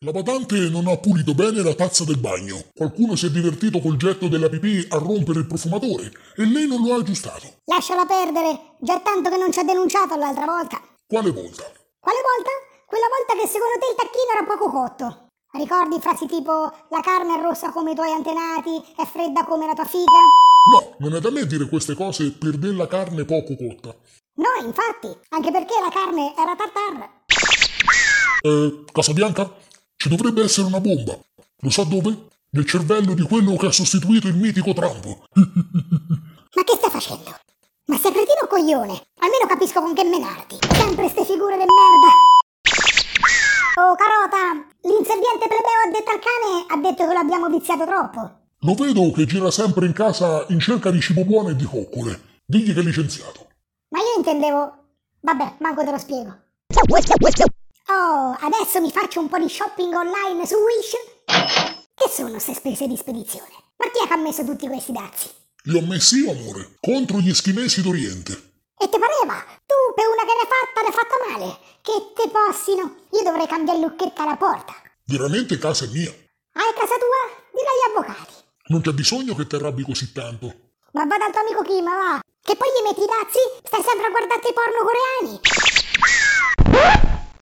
La badante non ha pulito bene la tazza del bagno. Qualcuno si è divertito col getto della pipì a rompere il profumatore e lei non lo ha aggiustato. Lasciala perdere, già tanto che non ci ha denunciato l'altra volta. Quale volta? Quale volta? Quella volta che secondo te il tacchino era poco cotto. Ricordi frasi tipo la carne è rossa come i tuoi antenati, è fredda come la tua figa? No, non è da me dire queste cose per della carne poco cotta. No, infatti, anche perché la carne era tartar. Eh, Casa Bianca? Ci dovrebbe essere una bomba. Lo sa dove? Nel cervello di quello che ha sostituito il mitico Trump. Ma che sta facendo? Ma sei cretino o coglione? Almeno capisco con che menarti. Sempre ste figure di merda. Oh, carota! L'inserviente plebeo ha detto al cane, ha detto che lo abbiamo viziato troppo. Lo vedo che gira sempre in casa in cerca di cibo buono e di coccole. Digli che è licenziato. Ma io intendevo... Vabbè, manco te lo spiego. Oh, adesso mi faccio un po' di shopping online su Wish. Che sono queste spese di spedizione? Ma chi è che ha messo tutti questi dazi? Li ho messi io, amore, contro gli eschinesi d'Oriente. E te pareva? Tu, per una che l'hai fatta, l'hai fatta male. Che te possino? Io dovrei cambiare lucchetta alla porta. Veramente casa è mia. Hai casa tua? Dillo agli avvocati. Non c'è bisogno che ti arrabbi così tanto. Ma va dal tuo amico Kim, va. Che poi gli metti i dazi? Stai sempre a guardarti i porno coreani.